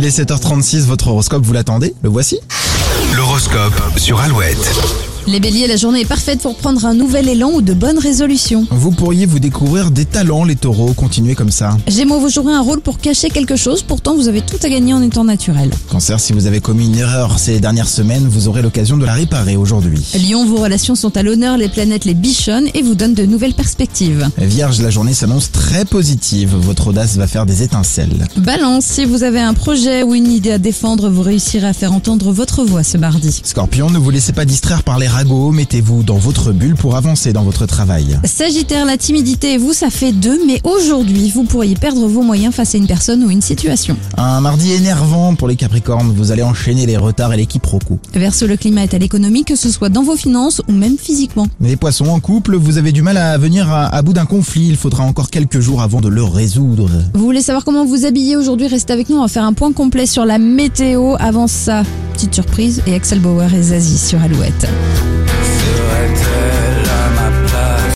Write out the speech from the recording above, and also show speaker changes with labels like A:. A: Il est 7h36, votre horoscope, vous l'attendez Le voici
B: L'horoscope sur Alouette.
C: Les béliers, la journée est parfaite pour prendre un nouvel élan ou de bonnes résolutions.
A: Vous pourriez vous découvrir des talents, les taureaux, continuez comme ça.
C: Gémeaux, vous jouerez un rôle pour cacher quelque chose, pourtant vous avez tout à gagner en étant naturel.
A: Cancer, si vous avez commis une erreur ces dernières semaines, vous aurez l'occasion de la réparer aujourd'hui.
C: Lion, vos relations sont à l'honneur, les planètes les bichonnent et vous donnent de nouvelles perspectives.
A: Vierge, la journée s'annonce très positive, votre audace va faire des étincelles.
C: Balance, si vous avez un projet ou une idée à défendre, vous réussirez à faire entendre votre voix ce mardi.
A: Scorpion, ne vous laissez pas distraire par les ragots, mettez-vous dans votre bulle pour avancer dans votre travail.
C: Sagittaire, la timidité et vous, ça fait deux, mais aujourd'hui, vous pourriez perdre vos moyens face à une personne ou une situation.
A: Un mardi énervant pour les capricornes, vous allez enchaîner les retards et les quiproquos.
C: Verso, le climat est à l'économie, que ce soit dans vos finances ou même physiquement.
A: Les poissons en couple, vous avez du mal à venir à, à bout d'un conflit, il faudra encore quelques jours avant de le résoudre.
C: Vous voulez savoir comment vous habiller aujourd'hui Restez avec nous, on va faire un point complet sur la météo. Avant ça, petite surprise et Axel Bauer et Zazie sur Alouette.